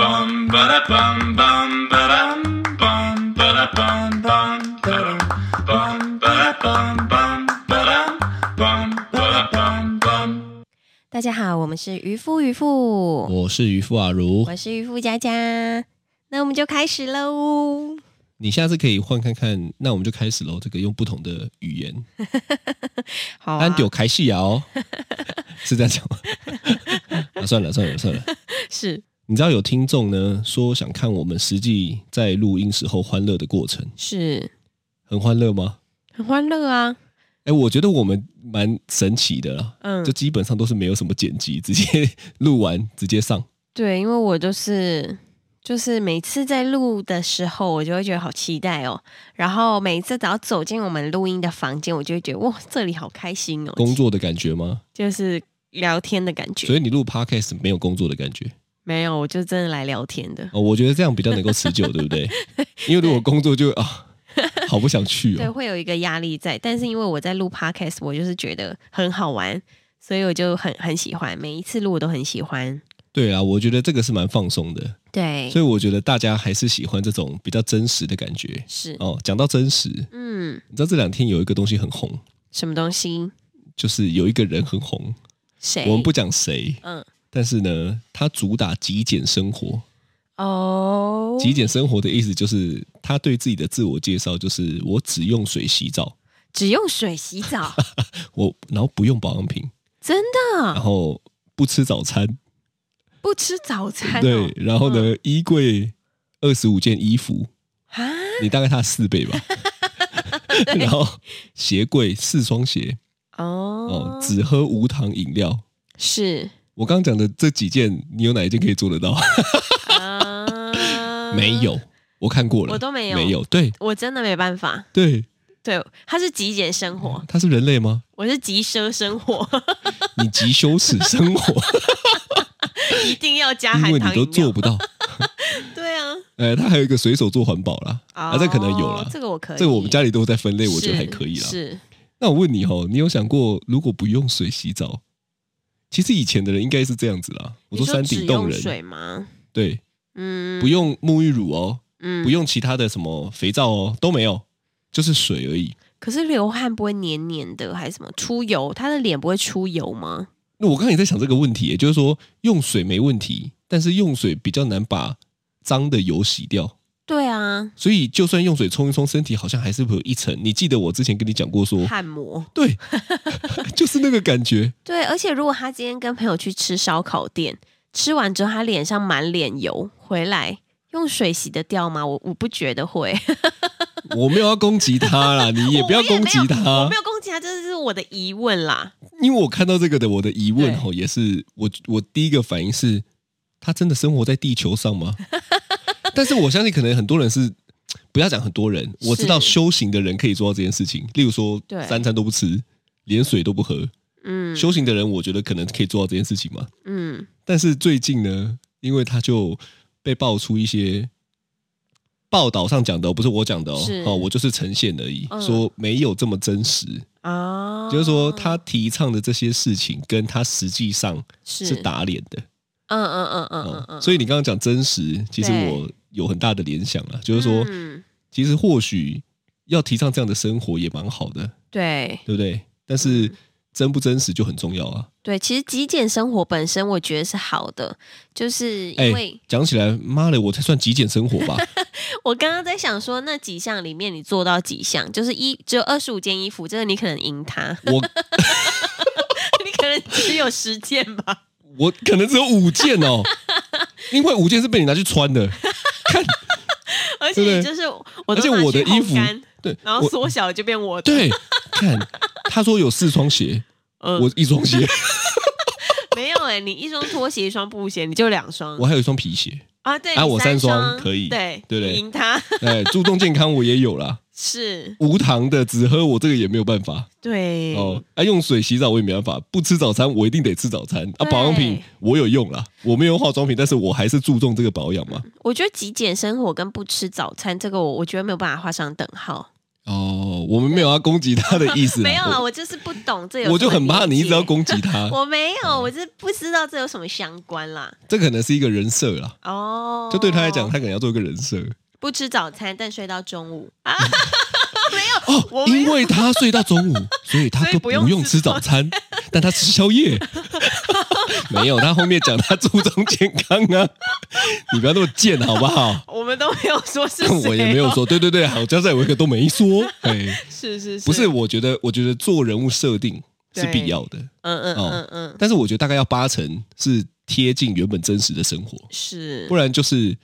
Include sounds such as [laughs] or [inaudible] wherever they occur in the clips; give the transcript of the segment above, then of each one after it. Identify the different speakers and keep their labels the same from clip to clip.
Speaker 1: bum ba da bum bum ba dum bum ba da bum bum ba dum bum ba da bum bum ba dum bum ba da bum bum.
Speaker 2: 大家好，我们是渔夫渔夫，
Speaker 3: 我是渔夫阿如，
Speaker 2: 哦我是渔夫佳佳，那我们就开始喽。
Speaker 3: 你下次可以换看看，那我们就开始喽。这个用不同的语言，
Speaker 2: 好啊
Speaker 3: 安，丢开
Speaker 2: [laughs]
Speaker 3: 戏哦，是这样讲吗？ [laughs] 啊，算了算了算了，
Speaker 2: 是
Speaker 3: 你知道有听众呢说想看我们实际在录音时候欢乐的过程，
Speaker 2: 是，
Speaker 3: 很欢乐吗？
Speaker 2: 很欢乐啊，
Speaker 3: 哎，我觉得我们蛮神奇的啦，
Speaker 2: 嗯
Speaker 3: 就，基本上都是没有什么剪辑，直接录完直接上。
Speaker 2: 对，因为我就是就是每次在录的时候，我就会觉得好期待哦。然后每一次只要走进我们录音的房间，我就会觉得哇，这里好开心哦，
Speaker 3: 工作的感觉吗？
Speaker 2: 就是聊天的感觉
Speaker 3: 所。以你录 podcast 没有工作的感觉
Speaker 2: 没有，我就真的来聊天的。
Speaker 3: 哦，我觉得这样比较能够持久，对不
Speaker 2: [laughs]
Speaker 3: 对？因为如果工作就啊，好不想去
Speaker 2: 对，
Speaker 3: 哦。
Speaker 2: 会有一个压力在，但是因为我在录 podcast，我就是觉得很好玩，所以我就很很喜欢，每一次录我都很喜欢。
Speaker 3: 对啊，我觉得这个是蛮放松的，
Speaker 2: 对
Speaker 3: 所，以我觉得大家还是喜欢这种比较真实的感觉
Speaker 2: 是，
Speaker 3: 哦。讲到真实，你
Speaker 2: 嗯，
Speaker 3: 知道这两天有一个东西很红，
Speaker 2: 什么东西？
Speaker 3: 就是有一个人很红，
Speaker 2: 谁？
Speaker 3: 我们不讲谁，
Speaker 2: 嗯
Speaker 3: 但是呢，他主打极简生活。
Speaker 2: 哦，
Speaker 3: 极简生活的意思就是他对自己的自我介绍就是我只用水洗澡，
Speaker 2: 只用水洗澡，
Speaker 3: 我然后不用保养品，
Speaker 2: 真的
Speaker 3: 然后不吃早餐，
Speaker 2: 不吃早餐、哦？
Speaker 3: 对，然后呢，衣柜二十五件衣服，
Speaker 2: 啊，
Speaker 3: 你大概他的四
Speaker 2: [laughs]
Speaker 3: 倍吧。 [laughs] 然后鞋柜四双鞋
Speaker 2: 哦
Speaker 3: 哦，，只喝无糖饮料。
Speaker 2: 是
Speaker 3: 我刚讲的这几件，你有哪一件可以做得到？
Speaker 2: 啊
Speaker 3: [laughs] 没，有，我看过了，
Speaker 2: 我都没有
Speaker 3: 没有，对
Speaker 2: 我真的没办法。
Speaker 3: 对，
Speaker 2: 对，他是极简生活，
Speaker 3: 他是人类吗？
Speaker 2: 我是极奢生活， [laughs]
Speaker 3: 你极羞耻生活，
Speaker 2: 一定要加
Speaker 3: 因
Speaker 2: 含
Speaker 3: 为你
Speaker 2: 糖
Speaker 3: 都
Speaker 2: 饮
Speaker 3: 做
Speaker 2: 料。
Speaker 3: 不到。 [laughs]
Speaker 2: 对啊，
Speaker 3: 呃，他还有一个随手做环保啦，啊，这可能有
Speaker 2: 哦
Speaker 3: 啦，
Speaker 2: 这个我可以，
Speaker 3: 这个我们家里都在分类，我觉得还
Speaker 2: 是
Speaker 3: 可以啦。
Speaker 2: 是，
Speaker 3: 那我问你哦，你有想过如果不用水洗澡？其实以前的人应该是这样子啦。我
Speaker 2: 你
Speaker 3: 山顶洞
Speaker 2: 只用水
Speaker 3: 人，
Speaker 2: 吗？
Speaker 3: 对，
Speaker 2: 嗯，
Speaker 3: 不，用沐浴乳哦，
Speaker 2: 嗯
Speaker 3: 不。用其他的什么肥皂哦，都没有，就是水而已。
Speaker 2: 可是流汗不会黏黏的，还是什么出油？他的脸不会出油吗？
Speaker 3: 那我刚才也在想这个问题，也就是说用水没问题，但是用水比较难把脏的油洗掉，
Speaker 2: 对啊，
Speaker 3: 所以就算用水冲一冲，身体好像还是会有一层。你记得我之前跟你讲过说，
Speaker 2: 汗膜。
Speaker 3: 对， [laughs] 就是那个感觉。
Speaker 2: 对，而且如果他今天跟朋友去吃烧烤店，吃完之后他脸上满脸油，回来用水洗得掉吗？我我不觉得会，
Speaker 3: 啊我没有要攻击他啦，你也不要攻击
Speaker 2: 我
Speaker 3: 他
Speaker 2: 没，有攻击他，这是我的疑问啦。
Speaker 3: 因为我看到这个的，我的疑问吼也是我我第一个反应是，他真的生活在地球上
Speaker 2: [laughs]
Speaker 3: 吗？但是我相信，可能很多人是。不要讲很多人，
Speaker 2: 是
Speaker 3: 我知道修行的人可以做到这件事情。例如说
Speaker 2: 对，
Speaker 3: 三餐都不吃，连水都不喝。
Speaker 2: 嗯
Speaker 3: 修行的人，我觉得可能可以做到这件事情嘛。
Speaker 2: 嗯，
Speaker 3: 但是最近呢，因为他就被爆出一些报道上讲的哦，不是我讲的哦
Speaker 2: 是，
Speaker 3: 哦，我就是呈现而已，
Speaker 2: 嗯
Speaker 3: 说没有这么真实，
Speaker 2: 啊，
Speaker 3: 就是说他提倡的这些事情跟他实际上
Speaker 2: 是
Speaker 3: 是，打脸的，
Speaker 2: 嗯嗯嗯嗯嗯
Speaker 3: 哦
Speaker 2: 嗯，
Speaker 3: 所
Speaker 2: 以
Speaker 3: 以你刚刚讲真实，其实
Speaker 2: 对
Speaker 3: 我有很大的联想啊，就是说，
Speaker 2: 嗯，
Speaker 3: 其实或许要提倡这样的生活也蛮好的，
Speaker 2: 对，
Speaker 3: 对不对？但是真不真实就很重要啊。
Speaker 2: 对，其实极简生活本身我觉得是好的，就是
Speaker 3: 哎
Speaker 2: 因为
Speaker 3: 讲起来，妈的，我才算极简生活吧？
Speaker 2: 我刚刚在想说，那几项里面你做到几项？就是一只有二十五件衣服，这个你可能赢他， [laughs]
Speaker 3: 我 [laughs]
Speaker 2: 你可能只有十件吧。
Speaker 3: 我可能只有五件哦，因为五件是被你拿去穿的。
Speaker 2: 而且
Speaker 3: 对
Speaker 2: 你
Speaker 3: 不对
Speaker 2: 就是我
Speaker 3: 而
Speaker 2: 都
Speaker 3: 且
Speaker 2: 拿去
Speaker 3: 我的衣
Speaker 2: 烘
Speaker 3: 服
Speaker 2: 干，
Speaker 3: 对，
Speaker 2: 然后
Speaker 3: 我
Speaker 2: 缩小就变我的。
Speaker 3: 对，看他说有四双鞋，
Speaker 2: 嗯，
Speaker 3: 我一双鞋，
Speaker 2: 没有哎、你一双拖鞋，一双布鞋，你就两双
Speaker 3: 我还有一双皮鞋。
Speaker 2: 啊？对，
Speaker 3: 啊
Speaker 2: 你
Speaker 3: 我
Speaker 2: 三
Speaker 3: 三双
Speaker 2: 双
Speaker 3: 可以
Speaker 2: 对
Speaker 3: 对不对
Speaker 2: 你赢他 [laughs]
Speaker 3: 哎，注重健康我也有啦，
Speaker 2: 是
Speaker 3: 无糖的只喝我这个也没有办法
Speaker 2: 对
Speaker 3: 哦。啊，用水洗澡我也没办法，不吃早餐我一定得吃早餐啊。
Speaker 2: 对
Speaker 3: 保养品我有用啦，我没有用化妆品，但是我还是注重这个保养嘛。
Speaker 2: 我觉得极简生活跟不吃早餐这个我，我觉得没有办法画上等号。
Speaker 3: 哦，我们没有要攻击他的意思啦，
Speaker 2: 没有啊，我就是不懂这有什
Speaker 3: 我
Speaker 2: 么
Speaker 3: 我就很怕你一直要
Speaker 2: 连接，
Speaker 3: 攻啊嗯击他，
Speaker 2: 我没有，我是不知道这有什么相关啦。
Speaker 3: 这可能是一个人设啦。
Speaker 2: 哦，
Speaker 3: 就对他来讲，他可能要做一个人设
Speaker 2: 不吃早餐，但睡到中午
Speaker 3: [laughs]
Speaker 2: 啊，
Speaker 3: 哦
Speaker 2: 我，没有
Speaker 3: 因为他睡
Speaker 2: [laughs]
Speaker 3: 到中午，所以他
Speaker 2: 所以
Speaker 3: 都
Speaker 2: 不
Speaker 3: 不
Speaker 2: 用
Speaker 3: 用
Speaker 2: 吃
Speaker 3: 吃早餐，但他吃宵夜。 [laughs] 没有，他后面讲他注重健康啊，你不要那么贱好不好？
Speaker 2: 我们都没有说是谁、哦
Speaker 3: 但 [laughs] 我也没有，说，对对对，好，加在我一个都没
Speaker 2: [laughs]
Speaker 3: 说，哎，
Speaker 2: 是是是，
Speaker 3: 不是，我觉得，我觉得做人物设定是
Speaker 2: 对
Speaker 3: 必要的，
Speaker 2: 嗯嗯嗯
Speaker 3: 哦
Speaker 2: 嗯，
Speaker 3: 但是我觉得大概要八成是贴近原本真实的生活，
Speaker 2: 是，
Speaker 3: 不然就是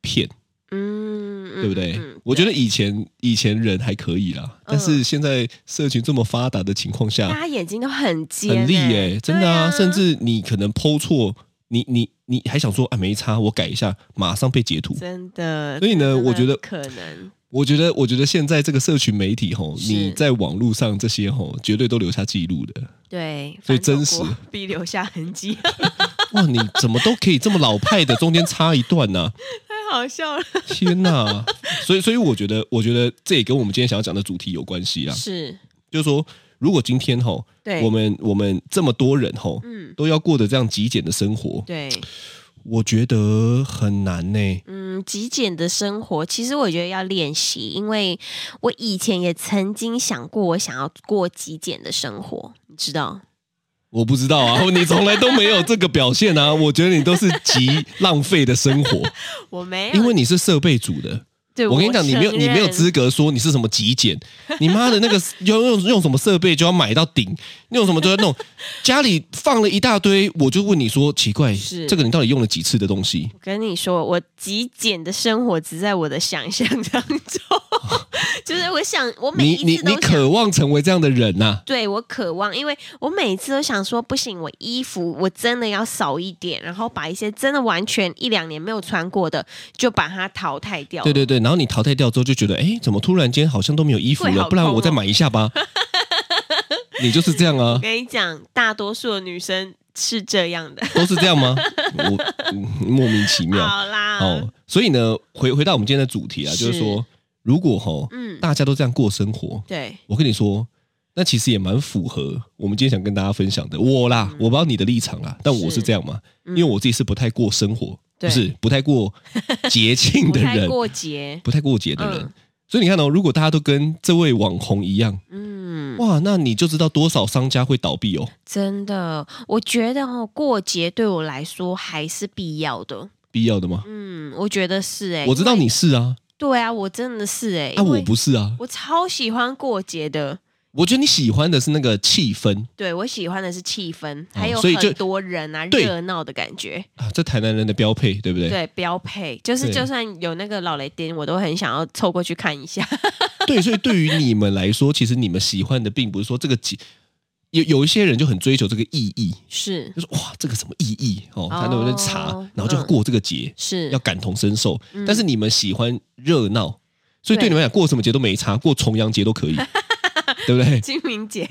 Speaker 3: 骗，
Speaker 2: 嗯，嗯
Speaker 3: 对不对？
Speaker 2: 嗯嗯
Speaker 3: 我觉得以前以前人还可以啦，但是现在社群这么发达的情况下，
Speaker 2: 大家眼睛都很尖、
Speaker 3: 很利耶、
Speaker 2: 耶、
Speaker 3: 真的
Speaker 2: 对啊
Speaker 3: 甚至你可能剖错，你你你还想说啊没差，我改一下，马上被截图。
Speaker 2: 真的。
Speaker 3: 所以呢
Speaker 2: 真的
Speaker 3: 我觉得
Speaker 2: 可能
Speaker 3: 我觉得，我觉得现在这个社群媒体吼，
Speaker 2: 是
Speaker 3: 你在网络上这些吼，绝对都留下记录的。 [laughs]
Speaker 2: 对，
Speaker 3: 所以
Speaker 2: 反走
Speaker 3: 真实
Speaker 2: 过必留下痕迹， [laughs]
Speaker 3: 哇，你怎么都可以这么老派的，中间插一段呢、
Speaker 2: 太好笑了。
Speaker 3: [laughs] 天哪！所以，所以我觉得，我觉得这也跟我们今天想要讲的主题有关系啦。啊
Speaker 2: 是，
Speaker 3: 就是说，如果今天吼，
Speaker 2: 对，
Speaker 3: 我们我们这么多人吼，
Speaker 2: 嗯，
Speaker 3: 都要过得这样极简的生活，
Speaker 2: 对，
Speaker 3: 我觉得很难呢、
Speaker 2: 嗯，极简的生活，其实我觉得要练习，因为我以前也曾经想过，我想要过极简的生活，你知道？
Speaker 3: 我不知道啊， [laughs] 你从来都没有这个表现啊，我觉得你都是极浪费的生活，
Speaker 2: 我 [laughs] 没有，
Speaker 3: 因为你是设备组的。
Speaker 2: 对
Speaker 3: 我跟你讲，你没有
Speaker 2: 承
Speaker 3: 你没有
Speaker 2: 认
Speaker 3: 资格说你是什么极简， [laughs] 你妈的那个用用用什么设备就要买到顶，用什么都要
Speaker 2: [laughs]
Speaker 3: 弄，家里放了一大堆，我就问你说奇怪
Speaker 2: 是，
Speaker 3: 这个你到底用了几次的东西？
Speaker 2: 我跟你说，我极简的生活只在我的想象当
Speaker 3: [laughs]
Speaker 2: 中，就是我想，我每
Speaker 3: 你
Speaker 2: 一
Speaker 3: 你
Speaker 2: 次
Speaker 3: 你
Speaker 2: 都想。
Speaker 3: 渴望成为这样的人啊呐、
Speaker 2: 对我渴望，因为我每次都想说，不行，我衣服我真的要少一点，然后把一些真的完全一两年没有穿过的，就把它淘汰掉。
Speaker 3: 对对对，然后你淘汰掉之后就觉得，哎，怎么突然间好像都没有衣服
Speaker 2: 会
Speaker 3: 了？
Speaker 2: 好
Speaker 3: 不然
Speaker 2: 空哦
Speaker 3: 我再买一
Speaker 2: [laughs]
Speaker 3: 下吧。你就是这样啊
Speaker 2: 我，跟你讲，大多数的女生是这样的。
Speaker 3: 都是这样吗？我、嗯莫名其妙
Speaker 2: 好啦，
Speaker 3: 哦。所以呢，回回到我们今天的主题啊，
Speaker 2: 是
Speaker 3: 就是说，如果吼、
Speaker 2: 嗯，
Speaker 3: 大家都这样过生活，
Speaker 2: 对，
Speaker 3: 我跟你说，那其实也蛮符合我们今天想跟大家分享的。我啦，我不知道你的立场啦，啊但我
Speaker 2: 嗯是
Speaker 3: 是这样嘛，
Speaker 2: 嗯
Speaker 3: 因为我自己是不太过生活，
Speaker 2: 对
Speaker 3: 不是不
Speaker 2: [laughs]
Speaker 3: 太过节庆
Speaker 2: 不
Speaker 3: 的
Speaker 2: 太
Speaker 3: 人，
Speaker 2: 嗯过节，
Speaker 3: 不太过节的人。
Speaker 2: 嗯
Speaker 3: 所以你看哦，如果大家都跟这位网红一样，
Speaker 2: 嗯。
Speaker 3: 哇，那你就知道多少商家会倒闭哦，
Speaker 2: 真的，我觉得哦，过节对我来说还是必要的。
Speaker 3: 必要的吗？
Speaker 2: 嗯，我觉得是哎、
Speaker 3: 我知道
Speaker 2: 因为
Speaker 3: 你是啊，
Speaker 2: 对啊，我真的是哎、
Speaker 3: 啊，
Speaker 2: 因为
Speaker 3: 我，不是啊，
Speaker 2: 我超喜欢过节的。
Speaker 3: 我觉得你喜欢的是那个气氛
Speaker 2: 对我喜欢的是气氛，还有
Speaker 3: 哦所以就
Speaker 2: 很多人啊，
Speaker 3: 对
Speaker 2: 热闹的感觉，
Speaker 3: 啊，这台南人的标配，对不对？
Speaker 2: 对标配，就是
Speaker 3: 对
Speaker 2: 就算有那个老雷丁，我都很想要凑过去看一下。 [laughs]
Speaker 3: [laughs] 对，所以对于你们来说，其实你们喜欢的并不是说这个节，有有一些人就很追求这个意义，
Speaker 2: 是
Speaker 3: 就是哇，这个什么意义哦，他那边查，
Speaker 2: 哦
Speaker 3: 然后就要过这个节，
Speaker 2: 是嗯
Speaker 3: 要，感同身受。但是你们喜欢热闹，所以对
Speaker 2: 对
Speaker 3: 你们来讲，过什么节都没差，过重阳节都可以， [laughs] 对不对？ [laughs]
Speaker 2: 清明节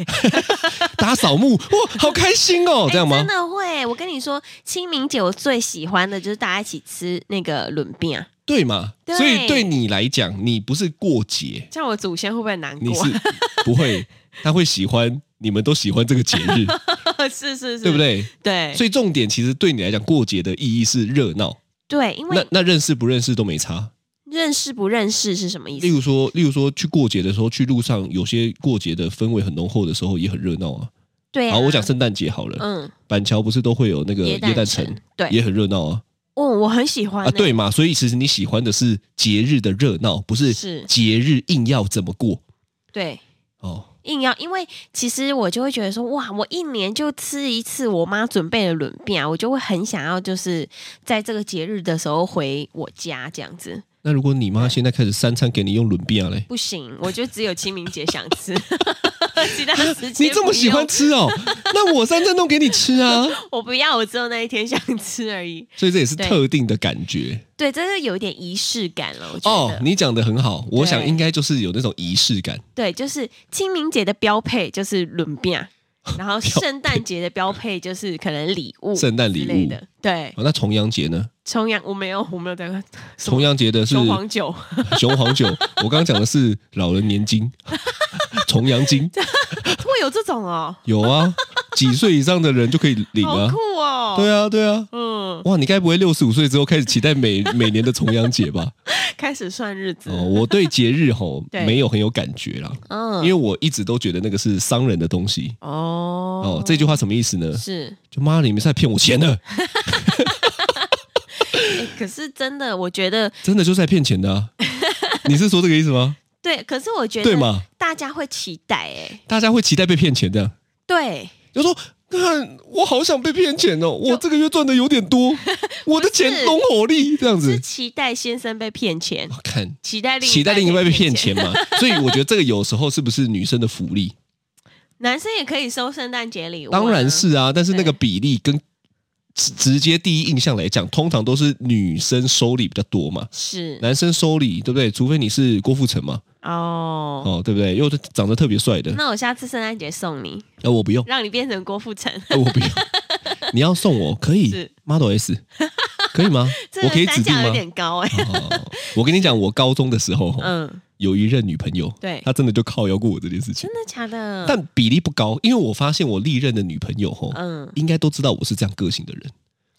Speaker 3: 打扫墓，哇，好开心哦，这样
Speaker 2: 哎真
Speaker 3: 吗？
Speaker 2: 的会，我跟你说，清明节我最喜欢的就是大家一起吃那个轮饼啊，
Speaker 3: 对嘛？
Speaker 2: 对
Speaker 3: 所以对你来讲，你不是过节，
Speaker 2: 这样我祖先会不会难过 [laughs]
Speaker 3: 你？是不会，他会喜欢。你们都喜欢这个节
Speaker 2: [laughs]
Speaker 3: 日，
Speaker 2: 是是是，
Speaker 3: 对不？对？
Speaker 2: 对，
Speaker 3: 所以重点其实对你来讲，过节的意义是热闹。
Speaker 2: 对，因
Speaker 3: 那
Speaker 2: 为
Speaker 3: 那认识不认识都没差。
Speaker 2: 认识不认识是什么意思？
Speaker 3: 例如说，例如说去过节的时候，去路上有些过节的氛围很浓厚的时候，也很热闹啊。
Speaker 2: 对啊，
Speaker 3: 好，我讲圣诞节好了，
Speaker 2: 嗯，
Speaker 3: 板桥不是都会有那个
Speaker 2: 椰
Speaker 3: 椰
Speaker 2: 蛋
Speaker 3: 蛋
Speaker 2: 城
Speaker 3: 城，
Speaker 2: 对
Speaker 3: 也很热闹啊
Speaker 2: 哦，我很喜欢、欸
Speaker 3: 啊，对，嘛？所以其实你喜欢的是节日的热闹，不是
Speaker 2: 是
Speaker 3: 节日硬要怎么过
Speaker 2: 对，
Speaker 3: 哦。
Speaker 2: 硬要，因为其实我就会觉得说，哇，我一年就吃一次我妈准备的轮饼啊，我就会很想要，就是在这个节日的时候回我家这样子。
Speaker 3: 那如果你妈现在开始三餐给你用轮变嘞，
Speaker 2: 不行，我就只有清明节想吃， [laughs] 其他时间
Speaker 3: 你这么喜欢
Speaker 2: 不 [laughs]
Speaker 3: 吃哦，那我三餐弄给你吃啊，
Speaker 2: 用，我不要，我只有那一天想吃而
Speaker 3: [laughs]
Speaker 2: 已。
Speaker 3: 所以这也是
Speaker 2: 对
Speaker 3: 特定的感觉。
Speaker 2: 对，真的有一点仪式感了，我觉
Speaker 3: 哦
Speaker 2: 得。，
Speaker 3: 你讲的很好，我想
Speaker 2: 对
Speaker 3: 应该就是有那种仪式感。
Speaker 2: 对，就是清明节的标配就是轮饼，啊
Speaker 3: 哦
Speaker 2: 然后圣诞节的标配就是可能礼物、
Speaker 3: [laughs] 圣诞礼物
Speaker 2: 之类的。对，
Speaker 3: 哦、那重阳节呢？
Speaker 2: 重阳我没有，我没有在什么
Speaker 3: 重阳节的是
Speaker 2: 雄黄酒，
Speaker 3: [laughs]
Speaker 2: [laughs]
Speaker 3: 雄黄酒，我刚刚讲的是老人年金、 [laughs] 重阳金，
Speaker 2: 会有这种哦，
Speaker 3: 有啊，几岁以上的人就可以领
Speaker 2: 好
Speaker 3: 啊。
Speaker 2: 酷哦。
Speaker 3: 对
Speaker 2: 啊，
Speaker 3: 啊，对啊。
Speaker 2: 嗯，
Speaker 3: 哇，你该不会六十五岁之后开始期待每 [laughs] 每年的重阳节吧？
Speaker 2: 开始算日子，
Speaker 3: 哦，我对节日吼
Speaker 2: 对
Speaker 3: 没有很有感觉啦，因
Speaker 2: 嗯，
Speaker 3: 为我一直都觉得那个是商人的东西。
Speaker 2: 哦
Speaker 3: 哦，这句话什么意思呢？
Speaker 2: 是
Speaker 3: 就妈，你们是在骗我钱的，
Speaker 2: 欸可是真的，我觉得
Speaker 3: 真的就是在骗钱的、
Speaker 2: [laughs]
Speaker 3: 啊。你是说这个意思吗？
Speaker 2: 对，可是我觉
Speaker 3: 对
Speaker 2: 得
Speaker 3: 嘛？
Speaker 2: 大家会期待哎、
Speaker 3: 大家会期待被骗钱的，
Speaker 2: 对，
Speaker 3: 就说看我好想被骗钱哦，我这个月赚的有点多， [laughs] 我的钱拢火力这样
Speaker 2: 是
Speaker 3: 子。
Speaker 2: 期待先生被骗钱，
Speaker 3: 哇看，
Speaker 2: 期待另
Speaker 3: 期待另一半被骗
Speaker 2: 钱，
Speaker 3: 钱嘛，所以我觉得这个有时候是不是女生的福 [laughs] 利？
Speaker 2: 男生也可以收圣诞节礼物、
Speaker 3: 当然，是啊，但是那个
Speaker 2: 对
Speaker 3: 比例跟直直接第一印象来讲，通常都是女生收礼比较多嘛，
Speaker 2: 是
Speaker 3: 男生收礼对不对？除非你是郭富城嘛，
Speaker 2: 哦。
Speaker 3: 哦，对不对？又是长得特别帅的，
Speaker 2: 那我下次圣诞节送你，
Speaker 3: 呃，我不用，
Speaker 2: 让你变成郭富城，
Speaker 3: 呃，我不用，你要送我可以
Speaker 2: 是
Speaker 3: Model [laughs] S，可以吗
Speaker 2: 这？
Speaker 3: [laughs] 我
Speaker 2: 个
Speaker 3: 可以指
Speaker 2: 单
Speaker 3: 定
Speaker 2: 价有
Speaker 3: 吗？
Speaker 2: 点高哎、
Speaker 3: 哦， [laughs] 我跟你讲，我高中的时候、
Speaker 2: 嗯，
Speaker 3: 有一任女朋友，
Speaker 2: 对嗯
Speaker 3: 她真的就靠邀过我这件事
Speaker 2: [laughs]
Speaker 3: 情
Speaker 2: 真，的假的？
Speaker 3: 但比例不高，因为我发现我历任的女朋友吼、
Speaker 2: 嗯
Speaker 3: 应该都知道我是这样个性的人，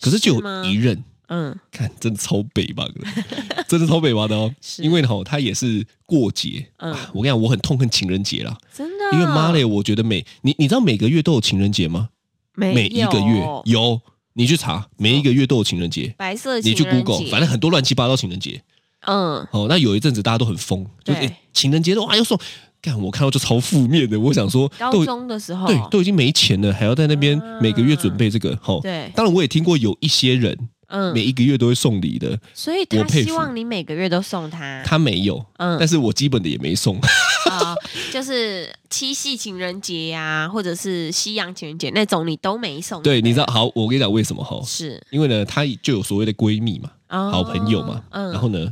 Speaker 3: 可是就有
Speaker 2: 是吗
Speaker 3: 一任，
Speaker 2: 嗯，
Speaker 3: 看真的超北吧，
Speaker 2: [laughs]
Speaker 3: 的，真的超北吧的哦，
Speaker 2: 是
Speaker 3: 因为吼她也是过节，
Speaker 2: 嗯
Speaker 3: 啊我跟你讲，我很痛恨情人节啦，
Speaker 2: 真的，
Speaker 3: 因为妈嘞，我觉得每你你知道每个月都有情人节吗？
Speaker 2: 没
Speaker 3: 每一个月
Speaker 2: 有
Speaker 3: 有，你去查，每一个月都有情人节。
Speaker 2: 白色情
Speaker 3: 你去
Speaker 2: 人
Speaker 3: Google，
Speaker 2: 节
Speaker 3: 反正很多乱七八糟情人节，
Speaker 2: 嗯，
Speaker 3: 哦，那有一阵子大家都很疯，就是、
Speaker 2: 对
Speaker 3: 诶情人节都哎呦送，干我看到就超负面的，我想说
Speaker 2: 高
Speaker 3: 都
Speaker 2: 中哦的时候，
Speaker 3: 对都已经没钱了，还要在那边
Speaker 2: 啊
Speaker 3: 每个月准备这个，哦。
Speaker 2: 对
Speaker 3: 当然我也听过有一些人
Speaker 2: 嗯
Speaker 3: 每，一个月都会送礼的，
Speaker 2: 所以
Speaker 3: 我
Speaker 2: 他
Speaker 3: 佩服
Speaker 2: 希望你每个月都送他，
Speaker 3: 他没有，
Speaker 2: 嗯
Speaker 3: 但是我基本的也没送，
Speaker 2: 啊、就是七夕情人节呀、或者是西洋情人节那种，你都没送。
Speaker 3: [laughs] 对，你知道，
Speaker 2: 不
Speaker 3: 好，我跟你讲为什么哈，
Speaker 2: 是
Speaker 3: 因为呢，她就有所谓的闺蜜嘛，
Speaker 2: 哦
Speaker 3: 好朋友嘛，
Speaker 2: 嗯，
Speaker 3: 然后呢，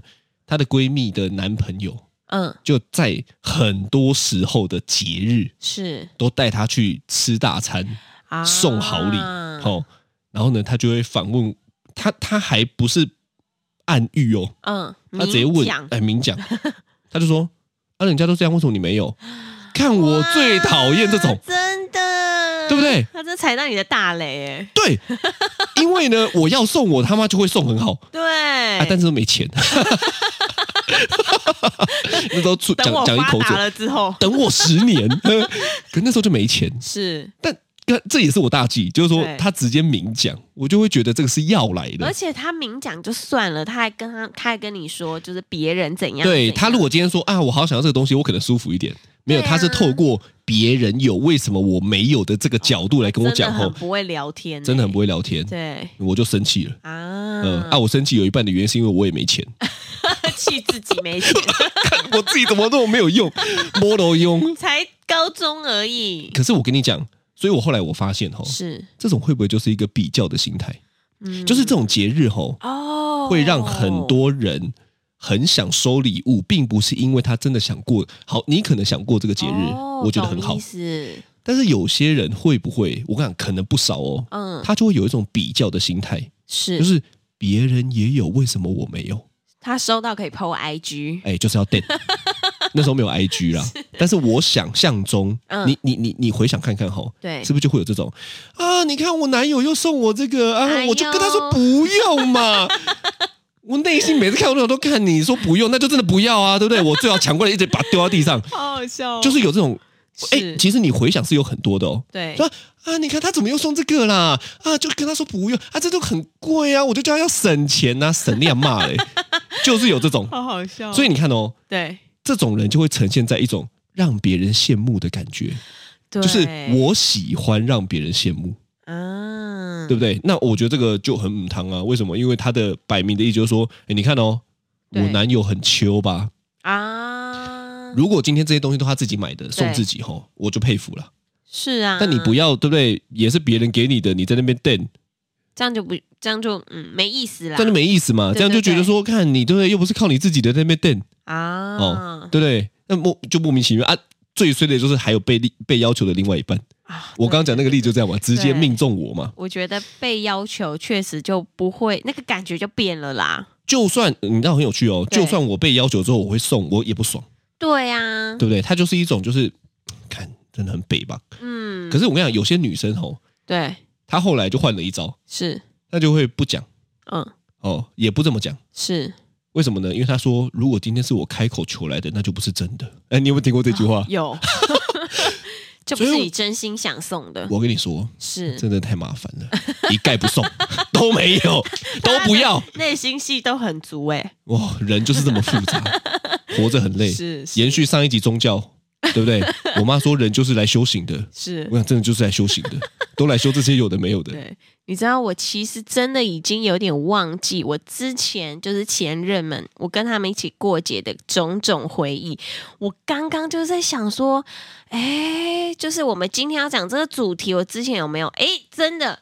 Speaker 3: 她的闺蜜的男朋友
Speaker 2: 嗯
Speaker 3: 就在很多时候的节日
Speaker 2: 是
Speaker 3: 都带她去吃大餐，
Speaker 2: 啊，
Speaker 3: 送好礼，
Speaker 2: 嗯
Speaker 3: 哦，然后呢，他就会反问他，他还不是暗喻哦，
Speaker 2: 嗯，
Speaker 3: 他直接问
Speaker 2: 明讲，
Speaker 3: 哎，明讲，他就说，啊，人家都这样，为什么你没有？看我最讨厌这
Speaker 2: [laughs]
Speaker 3: 种
Speaker 2: 哇，真的，
Speaker 3: 对不对？
Speaker 2: 他这踩到你的大雷，哎，
Speaker 3: 对，因为呢，我要送我他妈就会送很好，
Speaker 2: 对，
Speaker 3: 啊，但是都没钱， [laughs] 那时候出
Speaker 2: 等我
Speaker 3: 讲讲一
Speaker 2: 发
Speaker 3: 口
Speaker 2: 达
Speaker 3: 嘴，
Speaker 2: 了之后，
Speaker 3: 等我十年，可那时候就没钱，
Speaker 2: 是，
Speaker 3: 但。这也是我大忌，就是说
Speaker 2: 对
Speaker 3: 他直接明讲，我就会觉得这个是要来的
Speaker 2: 而。且他明讲就算了，他还跟他，他还跟你说，就是别人怎样，
Speaker 3: 对他如
Speaker 2: 果
Speaker 3: 果今天说啊，我好想要这个东西，我可能舒服一点。没有，
Speaker 2: 对啊
Speaker 3: 他是透过别人有为什么我没有的这个角度来跟我讲
Speaker 2: 很
Speaker 3: 后，
Speaker 2: 不会聊天，
Speaker 3: 真的很
Speaker 2: 哎
Speaker 3: 不会聊天，
Speaker 2: 对
Speaker 3: 我就生气了。
Speaker 2: 啊，
Speaker 3: 嗯啊，我生气有一半的原因是因为我也没钱， [laughs]
Speaker 2: 气自己没钱，
Speaker 3: 看我自己怎么那么没有用， [laughs] 摸头用。
Speaker 2: 才高中而已。
Speaker 3: 可是我跟你讲，所以我后来我发现哈，
Speaker 2: 是，
Speaker 3: 这种会不会就是一个比较的心态？
Speaker 2: 嗯
Speaker 3: 就是这种节日吼，
Speaker 2: 哦，
Speaker 3: 会让很多人很想收礼物，并不是因为他真的想过好，你可能想过这个节日，
Speaker 2: 哦
Speaker 3: 我觉得很
Speaker 2: 懂
Speaker 3: 好
Speaker 2: 意。思
Speaker 3: 但是有些人会不会，我跟你讲，可能不少哦，
Speaker 2: 嗯，
Speaker 3: 他就会有一种比较的心态，
Speaker 2: 是，
Speaker 3: 就是别人也有，为什么我没有？
Speaker 2: 他收到可以 PO IG，
Speaker 3: 哎，就是要
Speaker 2: [laughs]
Speaker 3: d 那时候没有 IG 啦，但是我想象中，
Speaker 2: 嗯
Speaker 3: 你你你你回想看看哈，
Speaker 2: 对
Speaker 3: 是不是就会有这种啊？你看我男友又送我这个啊
Speaker 2: 哎，呦
Speaker 3: 我就跟他说不用嘛。 [laughs] 我内心每次看到都看你说不用，那就真的不要啊，对不对？我最好抢过来一直把它丢到地上，
Speaker 2: 好好笑
Speaker 3: 就是有这种。哎、
Speaker 2: 哦是
Speaker 3: 其实你回想是有很多的哦。
Speaker 2: 对
Speaker 3: 说啊，你看他怎么又送这个啦？啊，就跟他说不用啊，这都很贵啊，我就叫他要省钱呐、啊，省量骂嘞， [laughs] 就是有这种。
Speaker 2: 好好笑
Speaker 3: 所以你看哦，
Speaker 2: 对
Speaker 3: 这种人就会呈现在一种让别人羡慕的感觉，
Speaker 2: 对，
Speaker 3: 就是我喜欢让别人羡慕，
Speaker 2: 嗯，
Speaker 3: 对不对？那我觉得这个就很母汤啊，为什么？因为他的摆明的意思就是说，哎，你看哦，我
Speaker 2: 对嗯
Speaker 3: 男友很秋吧？
Speaker 2: 啊，
Speaker 3: 如果今天这些东西都他自己买的，送
Speaker 2: 对
Speaker 3: 自己吼，我就佩服了。
Speaker 2: 是啊，
Speaker 3: 但你不要，对不对？也是别人给你的，你在那边瞪，
Speaker 2: 这样就不这样就嗯没意思啦，
Speaker 3: 这样就没意思嘛，
Speaker 2: 对
Speaker 3: 这样就觉得说，看你对不对，又不是靠你自己的在那边瞪
Speaker 2: 啊，
Speaker 3: 哦，对不对？那莫就莫名其妙啊。最衰的就是还有被利被要求的另外一半，
Speaker 2: 啊
Speaker 3: 我刚刚讲那个例就这样嘛，直接
Speaker 2: 对
Speaker 3: 命中我嘛。
Speaker 2: 我觉得被要求确实就不会，那个感觉就变了啦。
Speaker 3: 就算你知道很有趣哦，
Speaker 2: 对嗯
Speaker 3: 就算我被要求之后我会送，我也不爽，
Speaker 2: 对啊，
Speaker 3: 对不对？它就是一种就是，看真的很北吧。
Speaker 2: 嗯，
Speaker 3: 可是我跟你讲，有些女生哦，
Speaker 2: 对，
Speaker 3: 她后来就换了一招，
Speaker 2: 是，
Speaker 3: 她就会不讲
Speaker 2: 嗯，
Speaker 3: 哦，也不这么讲。
Speaker 2: 是
Speaker 3: 为什么呢？因为她说，如果今天是我开口求来的，那就不是真的。哎，你有没有听过这句话？
Speaker 2: 有， [laughs] 就不是
Speaker 3: 所以我
Speaker 2: 你真心想送的，
Speaker 3: 我跟你说，
Speaker 2: 是
Speaker 3: 真的太麻烦了， [laughs] 一概不送，都没有，
Speaker 2: [laughs]
Speaker 3: 都不要。
Speaker 2: 内心戏都很足哎、
Speaker 3: 哇，人就是这么复
Speaker 2: [laughs]
Speaker 3: 杂，活着很累。
Speaker 2: 是是
Speaker 3: 延续上一集宗教，对
Speaker 2: [laughs]
Speaker 3: 不对？我妈说人就是来修行的，
Speaker 2: 是
Speaker 3: 我，想真的就是来修行
Speaker 2: [laughs]
Speaker 3: 的，都来修这些有的没有的。
Speaker 2: 对，你知道我其实真的已经有点忘记我之前就是前任们，我跟他们一起过节的种种回忆。我刚刚就是在想说，哎，就是我们今天要讲这个主题，我之前有没有？哎，真的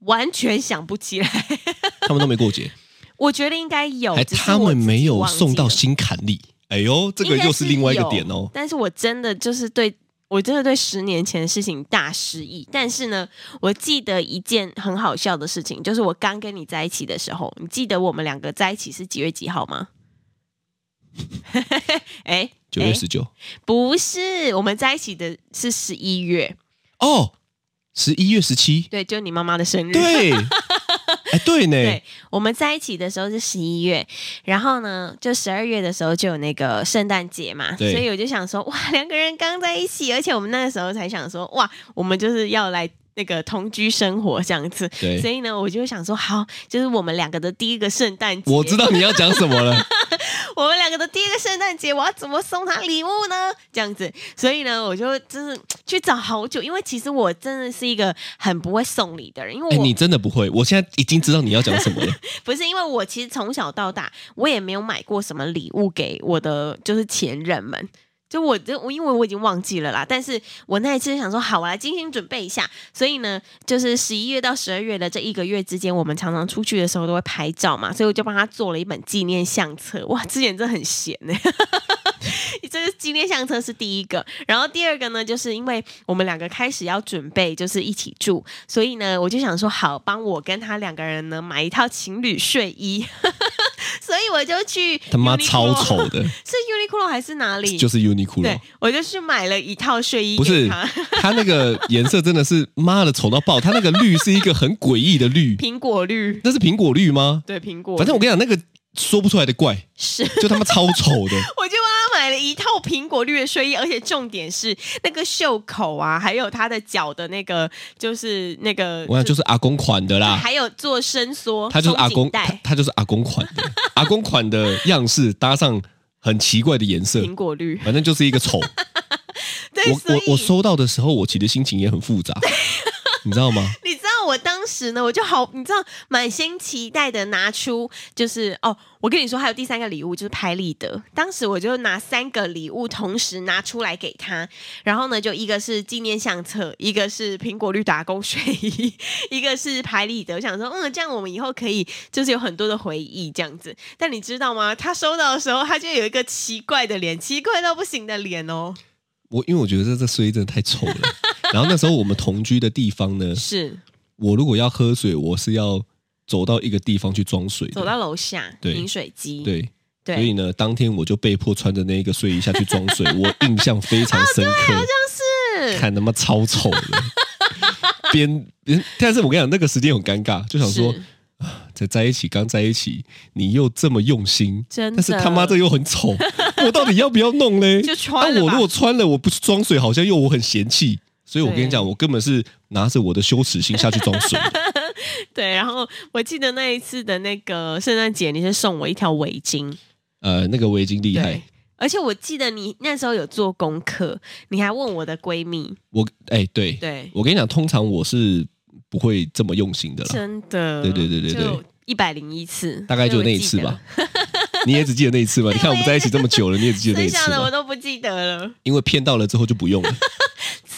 Speaker 2: 完全想不起来。
Speaker 3: 他们都没过节，
Speaker 2: 我觉得应该有，
Speaker 3: 还
Speaker 2: 只是
Speaker 3: 他
Speaker 2: 哦我
Speaker 3: 们
Speaker 2: 自己
Speaker 3: 没有
Speaker 2: 忘记
Speaker 3: 送到
Speaker 2: 了
Speaker 3: 心坎里。哎呦，这个
Speaker 2: 应该
Speaker 3: 又是另外一个
Speaker 2: 有
Speaker 3: 点哦。
Speaker 2: 但是我真的就是对我真的对十年前的事情大失忆。但是呢，我记得一件很好笑的事情，就是我刚跟你在一起的时候，你记得我们两个在一起是几月几号吗？ [laughs] 哎，
Speaker 3: 九月
Speaker 2: 哎
Speaker 3: 十九，
Speaker 2: 不是，我们在一起的是十一月，
Speaker 3: 哦，十一月十七，
Speaker 2: 对，就你妈妈的生日。 [laughs]
Speaker 3: 对，哎对呢
Speaker 2: 对，我们在一起的时候是十一月，然后呢，就十二月的时候就有那个圣诞节嘛，所
Speaker 3: 对
Speaker 2: 以我就想说，哇，两个人刚在一起，而且我们那个时候才想说，哇，我们就是要来那个同居生活这样子，所
Speaker 3: 对，
Speaker 2: 以呢，我就想说，好，就是我们两个的第一个圣诞节，
Speaker 3: 我知，道你要讲什么了。
Speaker 2: 我们两个的第一个圣诞节，我要怎么送他礼物呢？这样子，所以呢，我就就是去找好久，因为其实我真的是一个很不会送礼的人，因为 [laughs]
Speaker 3: 哎，
Speaker 2: 我
Speaker 3: 你真的不会，我现在已经知道你要讲什么了。
Speaker 2: 不是因为我其实从小到大，我也没有买过什么礼物给我的就是前任们。就我这我因为我已经忘记了啦，但是我那一次想说，好，我来精心准备一下。所以呢，就是十一月到十二月的这一个月之间，我们常常出去的时候都会拍照嘛，所以我就帮他做了一本纪念相册。哇，之前真的很闲呢、 [laughs] 这个纪念相册是第一个，然后第二个呢，就是因为我们两个开始要准备，就是一起住，所以呢，我就想说，好，帮我跟他两个人呢买一套情侣睡衣， [laughs] 所以我就去
Speaker 3: 他妈
Speaker 2: Uniqlo
Speaker 3: 超，
Speaker 2: [laughs]
Speaker 3: 丑的，
Speaker 2: 是 Uniqlo 还是哪里？
Speaker 3: 就是 Uniqlo [laughs]
Speaker 2: 对。，我就去买了一套睡衣
Speaker 3: 哦不
Speaker 2: 给
Speaker 3: 是
Speaker 2: 他， [laughs]
Speaker 3: 它那个颜色真的是妈的丑到爆，它那个绿是一个很诡异的绿，
Speaker 2: 苹果绿，
Speaker 3: 那是苹果绿吗？
Speaker 2: 对，苹果绿，
Speaker 3: 反正我跟你讲，那个说不出来的怪，
Speaker 2: 是。 [laughs]
Speaker 3: 就他妈超丑的。
Speaker 2: 我就帮他买了一套苹果绿的睡衣，而且重点是那个袖口啊，还有他的脚的那个，就是那个，
Speaker 3: 我想就是阿公款的啦，
Speaker 2: 还有做伸缩，
Speaker 3: 他就是阿
Speaker 2: 松
Speaker 3: 公，
Speaker 2: 紧
Speaker 3: 他
Speaker 2: 带
Speaker 3: 他就是阿公款的，阿公款的样式搭上很奇怪的颜色，
Speaker 2: 苹果绿。
Speaker 3: 反正就是一个
Speaker 2: [laughs]
Speaker 3: 丑。
Speaker 2: 对，
Speaker 3: 我
Speaker 2: 所以
Speaker 3: 我我收到的时候，我其实心情也很复杂，你知道吗？
Speaker 2: [laughs] 你知道我当时呢，我就好，你知道满心期待的拿出，就是哦，我跟你说，还有第三个礼物就是拍立得。当时我就拿三个礼物同时拿出来给他，然后呢，就一个是纪念相册，一个是苹果绿打工睡衣， [laughs] 一个是拍立得。我想说，嗯，这样我们以后可以就是有很多的回忆这样子。但你知道吗？他收到的时候，他就有一个奇怪的脸，奇怪到不行的脸哦。
Speaker 3: 我因为我觉得这这睡衣真的太丑了。然后那时候我们同居的地方呢，
Speaker 2: 是
Speaker 3: 我如果要喝水，我是要走到一个地方去装水的，
Speaker 2: 走到楼下
Speaker 3: 对
Speaker 2: 饮水机，
Speaker 3: 对。
Speaker 2: 对
Speaker 3: 所以呢，当天我就被迫穿着那一个睡衣下去装
Speaker 2: [laughs]
Speaker 3: 水，我印象非常深
Speaker 2: 啊
Speaker 3: 刻。
Speaker 2: 是
Speaker 3: 看他妈超丑的，边边，但是我跟你讲，那个时间很尴尬，就想说
Speaker 2: 是
Speaker 3: 在在一起，刚在一起，你又这么用心，
Speaker 2: 真的
Speaker 3: 但是他妈这又很丑，我到底要不要弄嘞？
Speaker 2: 就穿了
Speaker 3: 啊、我
Speaker 2: 吧
Speaker 3: 如果穿了，我不去装水，好像又我很嫌弃。所以我跟你
Speaker 2: 对
Speaker 3: 讲，我根本是拿着我的羞耻心下去
Speaker 2: [laughs]
Speaker 3: 装水的，
Speaker 2: [laughs] 对，然后我记得那一次的那个圣诞节，你是送我一条围巾，
Speaker 3: 呃，那个围巾厉害
Speaker 2: 对，，而且我记得你那时候有做功课，你还问我的闺蜜，
Speaker 3: 我哎、对，
Speaker 2: 对，
Speaker 3: 我跟你讲，通常我是不会这么用心的啦，
Speaker 2: 真的，
Speaker 3: 对对对对对
Speaker 2: 就一百零一次，
Speaker 3: 大概就
Speaker 2: 所以我
Speaker 3: 那一
Speaker 2: 记
Speaker 3: 次
Speaker 2: 得
Speaker 3: 吧，。你也只记得那一次吧？你看我们在一起这么久了，你也只记得那
Speaker 2: 剩
Speaker 3: 一次
Speaker 2: 下的
Speaker 3: 吧
Speaker 2: 我都不记得了，
Speaker 3: 因为骗到了之后就不用了。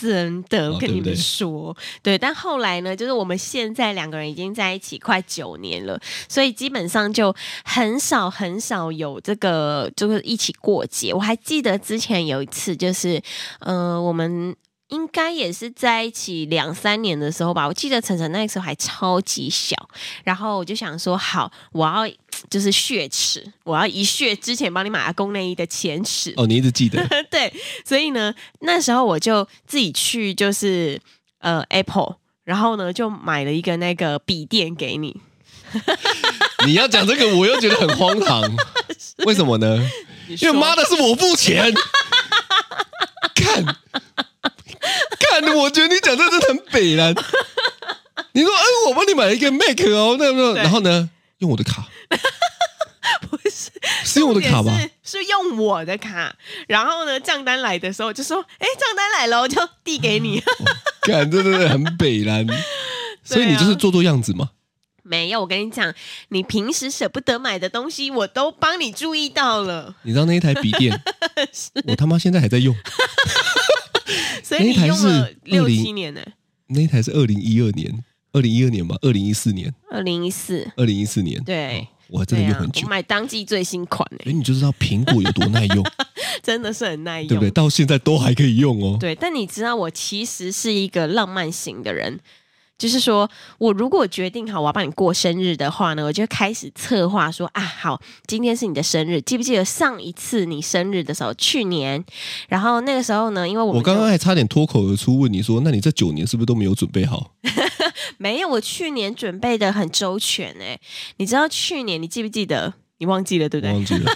Speaker 2: 真的，
Speaker 3: 哦
Speaker 2: 我跟你
Speaker 3: 对不
Speaker 2: 们
Speaker 3: 对
Speaker 2: 说，对。但后来呢，就是我们现在两个人已经在一起快九年了，所以基本上就很少很少有这个就是一起过节。我还记得之前有一次，就是呃，我们应该也是在一起两三年的时候吧。我记得晨晨那时候还超级小，然后我就想说，好，我要就是血耻，我要一血之前帮你买阿公内衣的前耻。
Speaker 3: 哦，你一直记得
Speaker 2: [laughs] 对，所以呢，那时候我就自己去就是呃 Apple，然后呢就买了一个那个笔电给你， [laughs]
Speaker 3: 你要讲这个，我又觉得很荒唐，为什么呢？
Speaker 2: 你
Speaker 3: 因为
Speaker 2: 说
Speaker 3: 妈的是我
Speaker 2: [laughs]
Speaker 3: 付钱，看，看，我觉得你讲这真的很北然。你说，嗯，我帮你买了一个 Mac 哦，那那
Speaker 2: 对
Speaker 3: 然后呢，用我的卡，
Speaker 2: 不是
Speaker 3: 是用我的卡吧？
Speaker 2: 也是是用我的卡，然后呢账单来的时候就说，哎，账单来了，我就递给
Speaker 3: [laughs]
Speaker 2: 你。
Speaker 3: 看，这真的很北
Speaker 2: [laughs]
Speaker 3: 然。所以
Speaker 2: 啊
Speaker 3: 你就是做做样子嘛，
Speaker 2: 没有，我跟你讲，你平时舍不得买的东西，我都帮你注意到了，
Speaker 3: 你知道那一台笔
Speaker 2: [laughs]
Speaker 3: 电，我他妈现在还在用，
Speaker 2: 所以
Speaker 3: 那一台
Speaker 2: 你用了
Speaker 3: 是哦
Speaker 2: 六
Speaker 3: 20
Speaker 2: 七年呢、
Speaker 3: 那一台是二零一二年，二零一二年吧，二零一四年，
Speaker 2: 2二零一四，
Speaker 3: 二零一四年，
Speaker 2: 对
Speaker 3: 哦，我还真
Speaker 2: 对
Speaker 3: 的用
Speaker 2: 啊
Speaker 3: 很，
Speaker 2: 我
Speaker 3: 久，
Speaker 2: 买当季最新款呢、
Speaker 3: 所以你就知道苹果有多耐
Speaker 2: [laughs]
Speaker 3: 用，
Speaker 2: 真的是很耐用，
Speaker 3: 对不对？到现在都还可以用哦。
Speaker 2: 对，但你知道我其实是一个浪漫型的人，就是说我如果决定好我要帮你过生日的话呢，我就开始策划说啊，好，今天是你的生日，记不记得上一次你生日的时候，去年，然后那个时候呢，因为我
Speaker 3: 我
Speaker 2: 们
Speaker 3: 刚
Speaker 2: 就
Speaker 3: 刚还差点脱口而出问你说，那你这九年是不是都没有准备好？
Speaker 2: 没有，我去年准备的很周全哎、你知道去年你记不记得？你忘记了对不
Speaker 3: 我
Speaker 2: 对？
Speaker 3: 忘记了，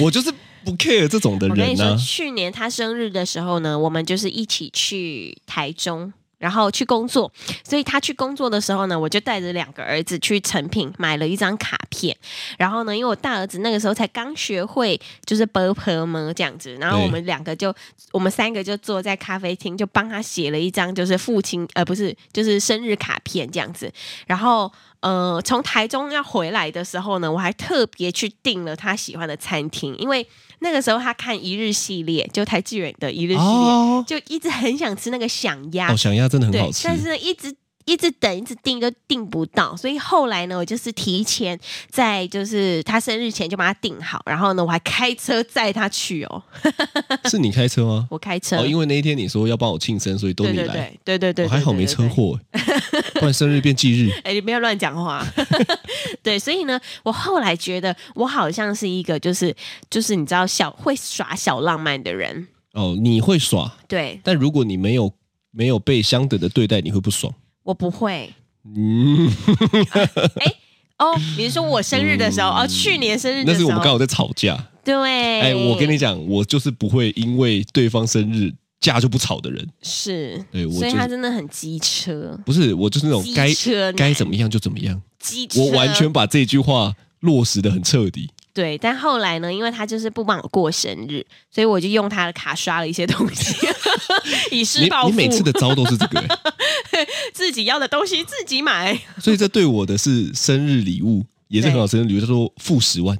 Speaker 3: 我就是不 care 这种的
Speaker 2: 我跟你
Speaker 3: 人啊
Speaker 2: 说，
Speaker 3: 呢、
Speaker 2: 去年他生日的时候呢，我们就是一起去台中，然后去工作。所以他去工作的时候呢，我就带着两个儿子去成品买了一张卡片。然后呢，因为我大儿子那个时候才刚学会就是 b u r p l 么这样子，然后
Speaker 3: 对
Speaker 2: 我们两个就我们三个就坐在咖啡厅，就帮他写了一张就是父亲呃不是就是生日卡片这样子。然后呃，从台中要回来的时候呢，我还特别去订了他喜欢的餐厅，因为那个时候他看一日系列，就台志远的一日系列，
Speaker 3: 哦
Speaker 2: 就一直很想吃那个响鸭，
Speaker 3: 哦，想鸭真的很
Speaker 2: 啊对，
Speaker 3: 好吃
Speaker 2: 但。是呢一直一直等，一直订都订不到，所以后来呢，我就是提前在就是他生日前就把它订好，然后呢，我还开车载他去哦，
Speaker 3: 是你开车吗？
Speaker 2: 我开车，
Speaker 3: 哦，因为那一天你说要帮我庆生，所以都
Speaker 2: 对
Speaker 3: 你
Speaker 2: 对
Speaker 3: 来。
Speaker 2: 对对对对，
Speaker 3: 哦我还好
Speaker 2: 对
Speaker 3: 没
Speaker 2: 对
Speaker 3: 车
Speaker 2: 对 [laughs]
Speaker 3: 祸，不然生日变忌日。
Speaker 2: 哎、你不要乱讲话。 [laughs] 对，所以呢，我后来觉得我好像是一个就是就是你知道小会耍小浪漫的人，
Speaker 3: 哦，你会耍，
Speaker 2: 对
Speaker 3: 但如果你没有没有被相等的对待，你会不爽。
Speaker 2: 我不会。
Speaker 3: 嗯，
Speaker 2: 哦，你是说我生日的时候？
Speaker 3: 嗯
Speaker 2: 哦，去年生日的
Speaker 3: 那是
Speaker 2: 时
Speaker 3: 我
Speaker 2: 候，
Speaker 3: 们刚好在吵架。
Speaker 2: 对，
Speaker 3: 哎，我跟你讲，我就是不会因为对方生日架就不吵的人。
Speaker 2: 是，
Speaker 3: 对我
Speaker 2: 所以
Speaker 3: 就
Speaker 2: 他
Speaker 3: 是
Speaker 2: 真的很机车，
Speaker 3: 不是，我就是那种
Speaker 2: 机
Speaker 3: 该
Speaker 2: 车男啊
Speaker 3: 该怎么样就怎么样。
Speaker 2: 机车，
Speaker 3: 我完全把这句话落实的很彻底。
Speaker 2: 对。但后来呢，因为他就是不帮我过生日，所以我就用他的卡刷了一些东
Speaker 3: [laughs]
Speaker 2: 西，以
Speaker 3: 你
Speaker 2: 示报复。
Speaker 3: 你每次的招都是
Speaker 2: [laughs]
Speaker 3: 这个、欸
Speaker 2: 自己要的东西自己买，
Speaker 3: 所以这对我的是生日礼物，也是很好的生日礼物，叫做负十
Speaker 2: [laughs]
Speaker 3: 万，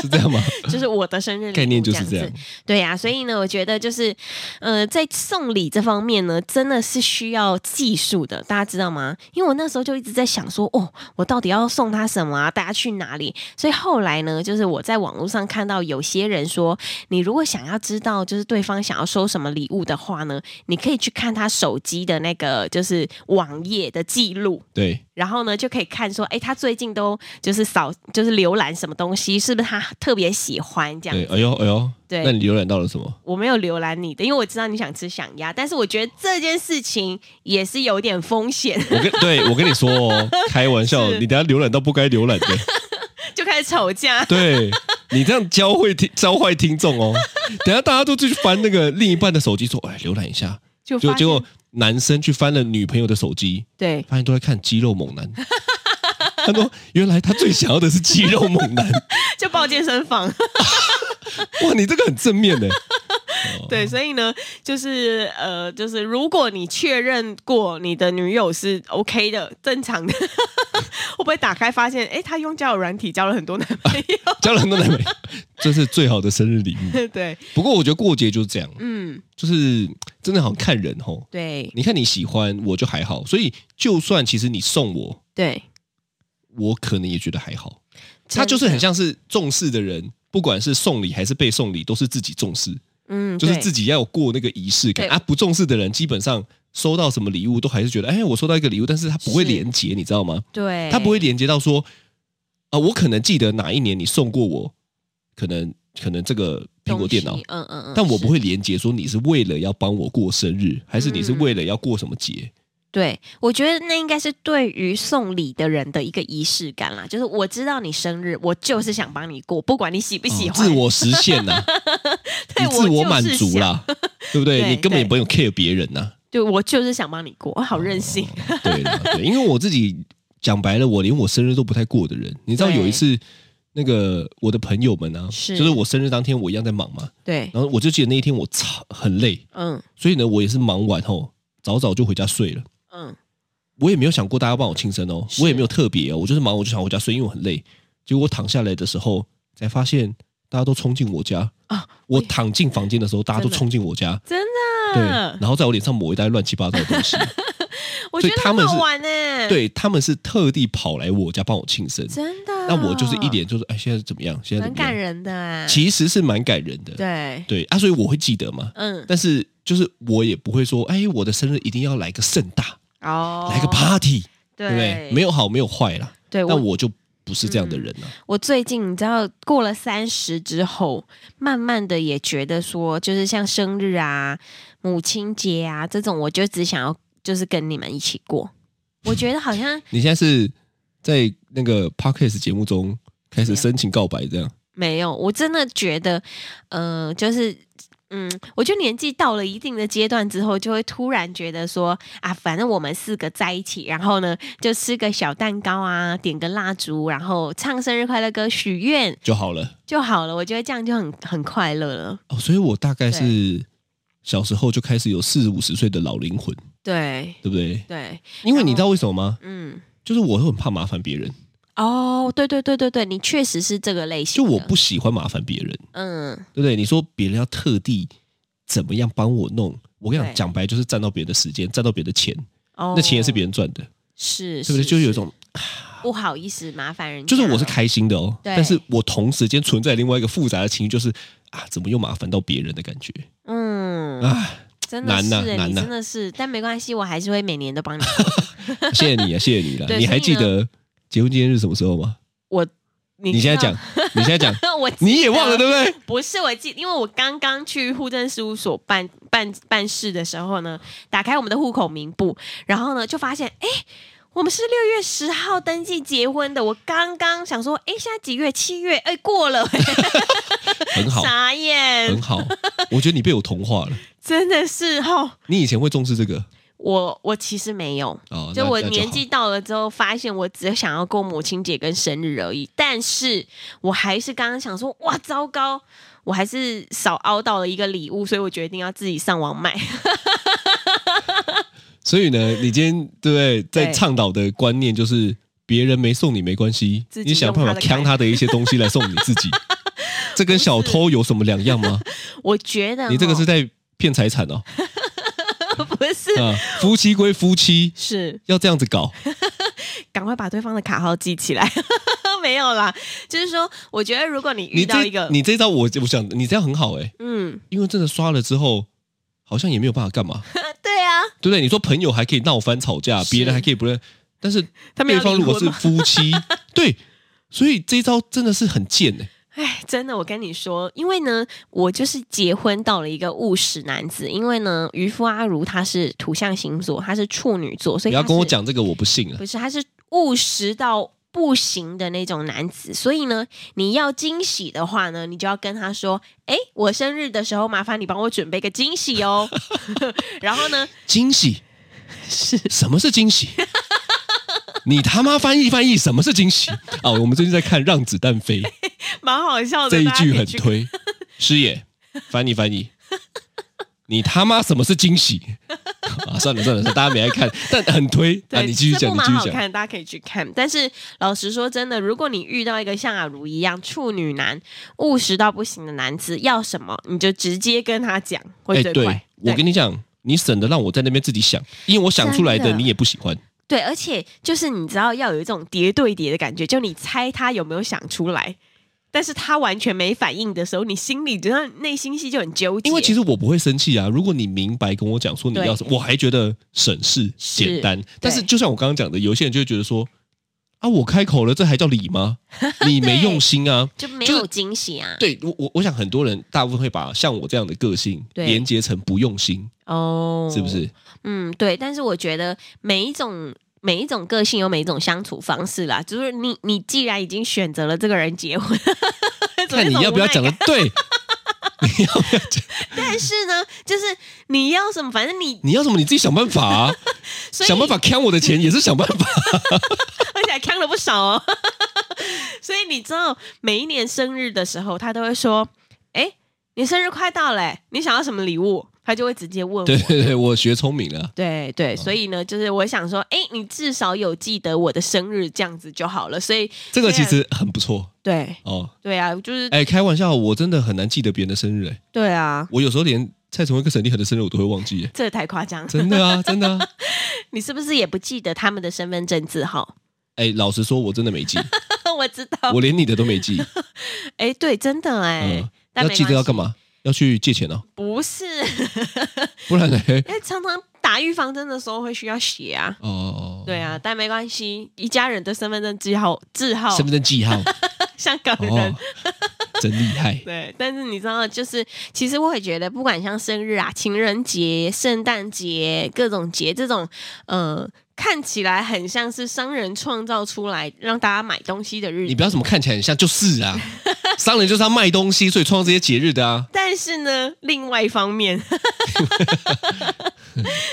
Speaker 3: 是这样吗？
Speaker 2: 就是我的生日礼物
Speaker 3: 概念就是
Speaker 2: 这
Speaker 3: 这
Speaker 2: 样
Speaker 3: 样
Speaker 2: 子。对呀、所以呢，我觉得就是，呃，在送礼这方面呢，真的是需要技术的，大家知道吗？因为我那时候就一直在想说，哦，我到底要送他什么啊？大家去哪里？所以后来呢，就是我在网络上看到有些人说，你如果想要知道就是对方想要收什么礼物的话呢，你可以去看他手机的那个就是网页的记录。
Speaker 3: 对，
Speaker 2: 然后呢，就可以看说，哎，他最近都就是扫，就是浏览什么东西，是不是他特别喜欢这样
Speaker 3: 对，哎呦哎呦，
Speaker 2: 对
Speaker 3: 那你浏览到了什么？
Speaker 2: 我没有浏览你的，因为我知道你想吃响鸭，但是我觉得这件事情也是有点风险， [laughs]
Speaker 3: 我跟 [laughs] 对我跟你说哦，开玩笑，
Speaker 2: 是
Speaker 3: 你等下浏览到不该
Speaker 2: [laughs]
Speaker 3: 浏览的，
Speaker 2: 就开始吵架。
Speaker 3: 对你这样教会听教坏听众哦。等下大家都去翻那个另一半的手机，说哎浏览一下，
Speaker 2: 就
Speaker 3: 结
Speaker 2: 发现
Speaker 3: 果结果男生去翻了女朋友的手机，
Speaker 2: 对，
Speaker 3: 发现都在看肌肉猛男。 [laughs] 他说：“原来他最想要的是肌肉猛
Speaker 2: [laughs]
Speaker 3: 男。
Speaker 2: 就报健身房。
Speaker 3: 哦哇，你这个很正面呢。
Speaker 2: [laughs] 对，所以呢，就是呃，就是如果你确认过你的女友是 OK 的、正常的， [laughs] 会不会打开发现，哎，她用交友软体交了很多男朋友？ [laughs]
Speaker 3: 交了很多男朋友，这是最好的生日礼物。
Speaker 2: 对，
Speaker 3: 不过我觉得过节就是这样，
Speaker 2: 嗯，
Speaker 3: 就是真的好像看人哦吼。
Speaker 2: 对，
Speaker 3: 你看你喜欢我就还好，所以就算其实你送我，
Speaker 2: 对，
Speaker 3: 我可能也觉得还好。他就是很像是重视的人，不管是送礼还是被送礼，都是自己重视。
Speaker 2: 嗯，
Speaker 3: 就是
Speaker 2: 对
Speaker 3: 自己要有过那个仪式感
Speaker 2: 对
Speaker 3: 啊。不重视的人，基本上收到什么礼物都还是觉得，哎，我收到一个礼物，但是他不会
Speaker 2: 是
Speaker 3: 连接，你知道吗？
Speaker 2: 对，
Speaker 3: 他不会连接到说，啊、我可能记得哪一年你送过我，可能可能这个苹果电脑
Speaker 2: 东西，嗯嗯嗯，
Speaker 3: 但我不
Speaker 2: 是
Speaker 3: 会连接说你是为了要帮我过生日，还是你是
Speaker 2: 嗯
Speaker 3: 为了要过什么节？
Speaker 2: 对，我觉得那应该是对于送礼的人的一个仪式感啦。就是我知道你生日，我就是想帮你过，不管你喜不喜
Speaker 3: 哦
Speaker 2: 欢，
Speaker 3: 自我实现呐、
Speaker 2: [laughs] 对
Speaker 3: 你自我满
Speaker 2: 就是
Speaker 3: 足
Speaker 2: 想
Speaker 3: 啦， [laughs] 对不对？
Speaker 2: 对
Speaker 3: 你根本也
Speaker 2: 对
Speaker 3: 不用 care 别
Speaker 2: [laughs]
Speaker 3: 人呐、
Speaker 2: 对我就是想帮你过，我好任性。
Speaker 3: 对啦，对，因为我自己讲白了，我连我生日都不太过的人，你知道
Speaker 2: 对
Speaker 3: 有一次。那个我的朋友们啊，
Speaker 2: 是
Speaker 3: 就是我生日当天，我一样在忙嘛，
Speaker 2: [laughs] 对，
Speaker 3: 然后我就记得那一天我操很累，
Speaker 2: 嗯
Speaker 3: 所以呢，我也是忙完后早早就回家睡了。
Speaker 2: 嗯，
Speaker 3: 我也没有想过大家帮我庆生哦，
Speaker 2: 是
Speaker 3: 我也没有特别哦，我就是忙我就想回家睡，因为我很累。结果我躺下来的时候，才发现大家都冲进我家
Speaker 2: 啊！
Speaker 3: 我躺进房间的时候，大家都
Speaker 2: 真的
Speaker 3: 冲进我家，
Speaker 2: 真
Speaker 3: 对，
Speaker 2: 的
Speaker 3: 然，后在我脸上抹一袋乱七八糟
Speaker 2: [laughs]
Speaker 3: 的东西。
Speaker 2: 我觉
Speaker 3: 所以
Speaker 2: 得
Speaker 3: 他
Speaker 2: 很
Speaker 3: 们
Speaker 2: 好
Speaker 3: 是
Speaker 2: 玩呢、，
Speaker 3: 对他们是特地跑来我家帮我庆生，
Speaker 2: 真的。
Speaker 3: 那我就是一脸就是哎，现在怎么样？现在
Speaker 2: 蛮
Speaker 3: 怎么
Speaker 2: 感
Speaker 3: 样？
Speaker 2: 人的、啊，
Speaker 3: 其实是蛮感人的，
Speaker 2: 对，
Speaker 3: 对啊，所以我会记得嘛。
Speaker 2: 嗯，
Speaker 3: 但是就是我也不会说，哎，我的生日一定要来个盛大，
Speaker 2: 哦，
Speaker 3: 来个 party，
Speaker 2: 对
Speaker 3: 对不对？没
Speaker 2: 有，
Speaker 3: 有好，没有坏啦。
Speaker 2: 对
Speaker 3: 但
Speaker 2: 我嗯
Speaker 3: 我就不是这样的人啊了、
Speaker 2: 我最近你知道过了三十之后，慢慢的也觉得说，就是像生日啊、母亲节啊这种，我就只想要就是跟你们一起过。我觉得好像
Speaker 3: 你现在是在那个 podcast 节目中开始
Speaker 2: 怎样
Speaker 3: 深情告白，这样
Speaker 2: 没有，我真的觉得，呃，就是。嗯，我觉得年纪到了一定的阶段之后，就会突然觉得说啊，反正我们四个在一起，然后呢，就吃个小蛋糕啊，点个蜡烛，然后唱生日快乐歌、许愿
Speaker 3: 就好了
Speaker 2: 就好了。我觉得这样就很很快乐了。
Speaker 3: 哦。所以我大概是小时候就开始有四五十岁的老灵魂，
Speaker 2: 对
Speaker 3: 对不对？
Speaker 2: 对，
Speaker 3: 因为你知道为什么吗？
Speaker 2: 嗯，
Speaker 3: 就是我会很怕麻烦别人，
Speaker 2: 哦，对对对对对，你确实是这个类型
Speaker 3: 就
Speaker 2: 的。
Speaker 3: 我不喜欢麻烦别人，
Speaker 2: 嗯，
Speaker 3: 对不对？你说别人要特地怎么样帮我弄，我跟你
Speaker 2: 对
Speaker 3: 讲，讲白就是占到别人的时间，占到别人的钱，
Speaker 2: 哦，
Speaker 3: 那钱也是别人赚的，
Speaker 2: 是，
Speaker 3: 对不对？就是有一
Speaker 2: 是
Speaker 3: 种，
Speaker 2: 不好意思麻烦人家，
Speaker 3: 就是我是开心的哦，
Speaker 2: 对
Speaker 3: 但是我同时间存在另外一个复杂的情绪，就是啊，怎么又麻烦到别人的感觉
Speaker 2: 嗯，
Speaker 3: 啊。
Speaker 2: 真的
Speaker 3: 难呐
Speaker 2: 是欸，你
Speaker 3: 难呐
Speaker 2: 真的是，但没关系，我还是会每年都
Speaker 3: [laughs]
Speaker 2: 帮你。
Speaker 3: 谢谢
Speaker 2: [laughs]
Speaker 3: 你啊，谢谢你了。
Speaker 2: 对
Speaker 3: 你还
Speaker 2: 所
Speaker 3: 记
Speaker 2: 以呢
Speaker 3: 得结婚纪念日什么时候吗？
Speaker 2: 我，
Speaker 3: 你现在讲，你现在讲，
Speaker 2: 知 [laughs] 道，我记
Speaker 3: 你也忘了
Speaker 2: 得
Speaker 3: 对
Speaker 2: [laughs]
Speaker 3: 不对？
Speaker 2: 不是，我记，因为我刚刚去户政事务所办办办事的时候呢，打开我们的户口名簿，然后呢就发现，哎、我们是六月十号登记结婚的。我刚刚想说，哎、现在几月？七月？哎、过了、
Speaker 3: [laughs] 很好，
Speaker 2: 傻眼
Speaker 3: 很，好。我觉得你被我同化了。
Speaker 2: 真的是哦。
Speaker 3: 你以前会重视这个
Speaker 2: 我我其实没有，
Speaker 3: 哦，那
Speaker 2: 就我
Speaker 3: 那
Speaker 2: 年
Speaker 3: 好
Speaker 2: 纪到了之后，发现我只想要过母亲节跟生日而已。但是我还是刚刚想说，哇，糟糕，我还是少凹到了一个礼物，所以我决定要自己上网买。
Speaker 3: 所以呢，你今天对不对，在
Speaker 2: 对
Speaker 3: 倡导的观念就是，别人没送你没关系，
Speaker 2: 自己
Speaker 3: 你想办法
Speaker 2: 用他的
Speaker 3: 扛他的一些东西来送你
Speaker 2: [laughs]
Speaker 3: 自己，这跟小偷有什么两样吗？
Speaker 2: 我觉得
Speaker 3: 你这个
Speaker 2: 齁
Speaker 3: 是在骗财产哦，
Speaker 2: 不是？
Speaker 3: 啊，夫妻归夫妻，
Speaker 2: [laughs] 是
Speaker 3: 要这样子搞，
Speaker 2: 赶快把对方的卡号记起来。没有啦，就是说，我觉得如果你遇
Speaker 3: 你
Speaker 2: 到
Speaker 3: 这
Speaker 2: 一个，
Speaker 3: 你这招我我想你这样很好哎、
Speaker 2: 嗯， [laughs]
Speaker 3: 因为真的刷了之后，好像也没有办法干嘛，
Speaker 2: 对啊，
Speaker 3: 对不对？你说朋友还可以闹翻吵
Speaker 2: [laughs]
Speaker 3: 架，
Speaker 2: 是
Speaker 3: 别人还可以不认，但是
Speaker 2: 他们
Speaker 3: 对
Speaker 2: 要
Speaker 3: 方
Speaker 2: 离
Speaker 3: 如果
Speaker 2: 婚
Speaker 3: 是
Speaker 2: 吗？
Speaker 3: 夫妻，对，所以这一招真的是很贱哎、
Speaker 2: 哎，真的，我跟你说，因为呢，我就是结婚到了一个务实男子，因为呢，渔夫阿如他是土象星座，他是处女座，所以
Speaker 3: 不要
Speaker 2: 他
Speaker 3: 跟我
Speaker 2: 是
Speaker 3: 讲这个，我不信了。
Speaker 2: 不是，他是务实到不行的那种男子。所以呢，你要惊喜的话呢，你就要跟他说：“哎，我生日的时候，麻烦你帮我准备个惊喜哦。” [laughs] 然后呢，
Speaker 3: 惊喜是什么是惊喜？ [laughs] 你他妈翻译翻译什么是惊喜 [laughs] 啊？我们最近在看《让子弹飞》
Speaker 2: 蛮好笑的。
Speaker 3: 这一
Speaker 2: 大家
Speaker 3: 句
Speaker 2: 可以
Speaker 3: 很
Speaker 2: 去
Speaker 3: 推，师爷翻译翻译，你他妈什么是惊喜 [laughs] 啊？算了算了，大家没爱看，但很推啊！
Speaker 2: 对，
Speaker 3: 你继续
Speaker 2: 这
Speaker 3: 讲，
Speaker 2: 部
Speaker 3: 你
Speaker 2: 蛮
Speaker 3: 继
Speaker 2: 好
Speaker 3: 续讲。
Speaker 2: 看，大家可以去看。但是老实说，真的，如果你遇到一个像阿如一样处女男、务实到不行的男子，要什么你就直接跟他讲，会最快。
Speaker 3: 哎对，我跟你讲，你省得让我在那边自己想，因为我想出来的
Speaker 2: 真的
Speaker 3: 你也不喜欢。
Speaker 2: 对，而且就是你知道要有一种叠对叠的感觉，就你猜他有没有想出来，但是他完全没反应的时候，你心里就像内心戏就很纠结。
Speaker 3: 因为其实我不会生气啊，如果你明白跟我讲说你要什么，我还觉得省事
Speaker 2: 是
Speaker 3: 简单。但是就像我刚刚讲的，有些人就会觉得说啊，我开口了，这还叫理
Speaker 2: [laughs]
Speaker 3: 吗？你没用心啊。
Speaker 2: 就没
Speaker 3: 就是
Speaker 2: 有惊喜啊。
Speaker 3: 对我我我想很多人大部分会把像我这样的个性
Speaker 2: 对
Speaker 3: 连接成不用心，
Speaker 2: 哦，
Speaker 3: 是不？是？
Speaker 2: 嗯，对。但是我觉得每一种。每一种个性有每一种相处方式啦，就是你你既然已经选择了这个人结婚， [laughs] 怎么
Speaker 3: 看你
Speaker 2: 有种
Speaker 3: 要不要
Speaker 2: 无奈啊
Speaker 3: 讲的
Speaker 2: [laughs] 感
Speaker 3: 对，你要不要讲？
Speaker 2: 但是呢，就是你要什么，反正你
Speaker 3: 你要什么你自己想办法啊，
Speaker 2: 所以
Speaker 3: 想办法坑我的钱也是想办法。
Speaker 2: [laughs] 而且还坑了不少哦。 [laughs] 所以你知道，每一年生日的时候，他都会说：“哎，你生日快到嘞，你想要什么礼物？”他就会直接问我。
Speaker 3: 对哦对对，我学聪明了。
Speaker 2: 对对所以呢，就是我想说，哎，你至少有记得我的生日，这样子就好了。所以，
Speaker 3: 这个其实很不错
Speaker 2: 对
Speaker 3: 哦。
Speaker 2: 对啊，就是
Speaker 3: 哎，开玩笑，我真的很难记得别人的生日。哎，
Speaker 2: 对啊，
Speaker 3: 我有时候连蔡崇威跟沈立恒的生日我都会忘记。哎
Speaker 2: 这太夸张。
Speaker 3: 真的啊，真的啊。
Speaker 2: [laughs] 你是不是也不记得他们的身份证字号？ [laughs]
Speaker 3: 哎，老实说，我真的没记，
Speaker 2: 我知道
Speaker 3: 我，连你的都没记。
Speaker 2: 哎，对，真的哎
Speaker 3: 嗯，，
Speaker 2: 但
Speaker 3: 要
Speaker 2: 没
Speaker 3: 记得要
Speaker 2: 关系
Speaker 3: 干？嘛？要去借钱哦，
Speaker 2: 不是。 [laughs]
Speaker 3: 不然呢？ [laughs]
Speaker 2: 因为常常打预防针的时候会需要写啊。
Speaker 3: 哦，
Speaker 2: 对啊，但没关系，一家人的身份证字号字号，
Speaker 3: 身份证记号
Speaker 2: [laughs] 香港人。
Speaker 3: 哦，真厉害。
Speaker 2: [laughs] 对，但是你知道，就是其实我会觉得，不管像生日啊、情人节、圣诞节各种节这种，呃，看起来很像是商人创造出来让大家买东西的日
Speaker 3: 你
Speaker 2: 子，
Speaker 3: 不要怎么看起来很像，就是
Speaker 2: [laughs]
Speaker 3: 啊，商人就是要卖东西，所以创造这些节日的啊。
Speaker 2: 但是呢，另外一方面， [laughs]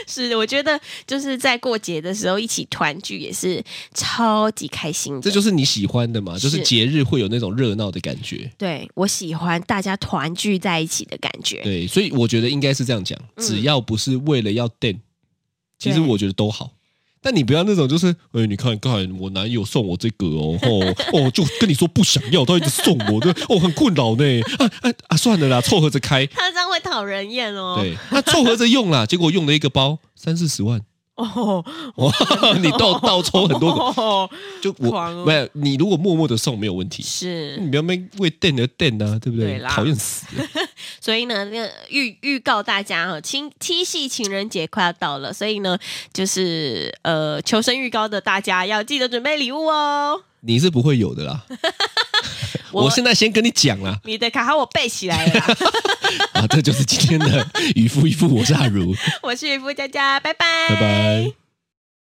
Speaker 2: 是我觉得就是在过节的时候一起团聚也是超级开心的。
Speaker 3: 这就是你喜欢的嘛，就是
Speaker 2: 是
Speaker 3: 节日会有那种热闹的感觉。
Speaker 2: 对我喜欢大家团聚在一起的感觉。
Speaker 3: 对，所以我觉得应该是这样讲，
Speaker 2: 嗯
Speaker 3: 只要不是为了要 d 其实
Speaker 2: 对
Speaker 3: 我觉得都好。但你不要那种就是，哎、你看看我男友送我这个哦，哦 [laughs] 哦，就跟你说不想要，他一直送我，对，哦，很困扰呢。啊啊啊，算了啦，凑合着开，
Speaker 2: 他这样会讨人厌哦。
Speaker 3: 对，那凑合着用啦。结果用了一个包三四十万，
Speaker 2: 哦，
Speaker 3: 哇， [laughs] 你倒
Speaker 2: [laughs]
Speaker 3: 倒抽很多个，
Speaker 2: 哦，
Speaker 3: 就我、
Speaker 2: 狂哦
Speaker 3: 没有，你如果默默的送没有问题，
Speaker 2: 是。
Speaker 3: 你不要为为 d 而 d 啊，对不
Speaker 2: 对
Speaker 3: 对？
Speaker 2: 啦
Speaker 3: 讨厌死了。
Speaker 2: 所以呢，那个预预告大家哈，七七夕情人节快要到了，所以呢，就是呃，求生欲高的大家要记得准备礼物哦。
Speaker 3: 你是不会有的啦。
Speaker 2: 我
Speaker 3: 我现在先跟你讲啦，
Speaker 2: 你的卡号我背起来了
Speaker 3: [laughs]
Speaker 2: 啦，
Speaker 3: 啊，这就是今天的渔夫渔夫，我是阿如，
Speaker 2: 我是渔夫佳佳，拜拜，
Speaker 3: 拜拜。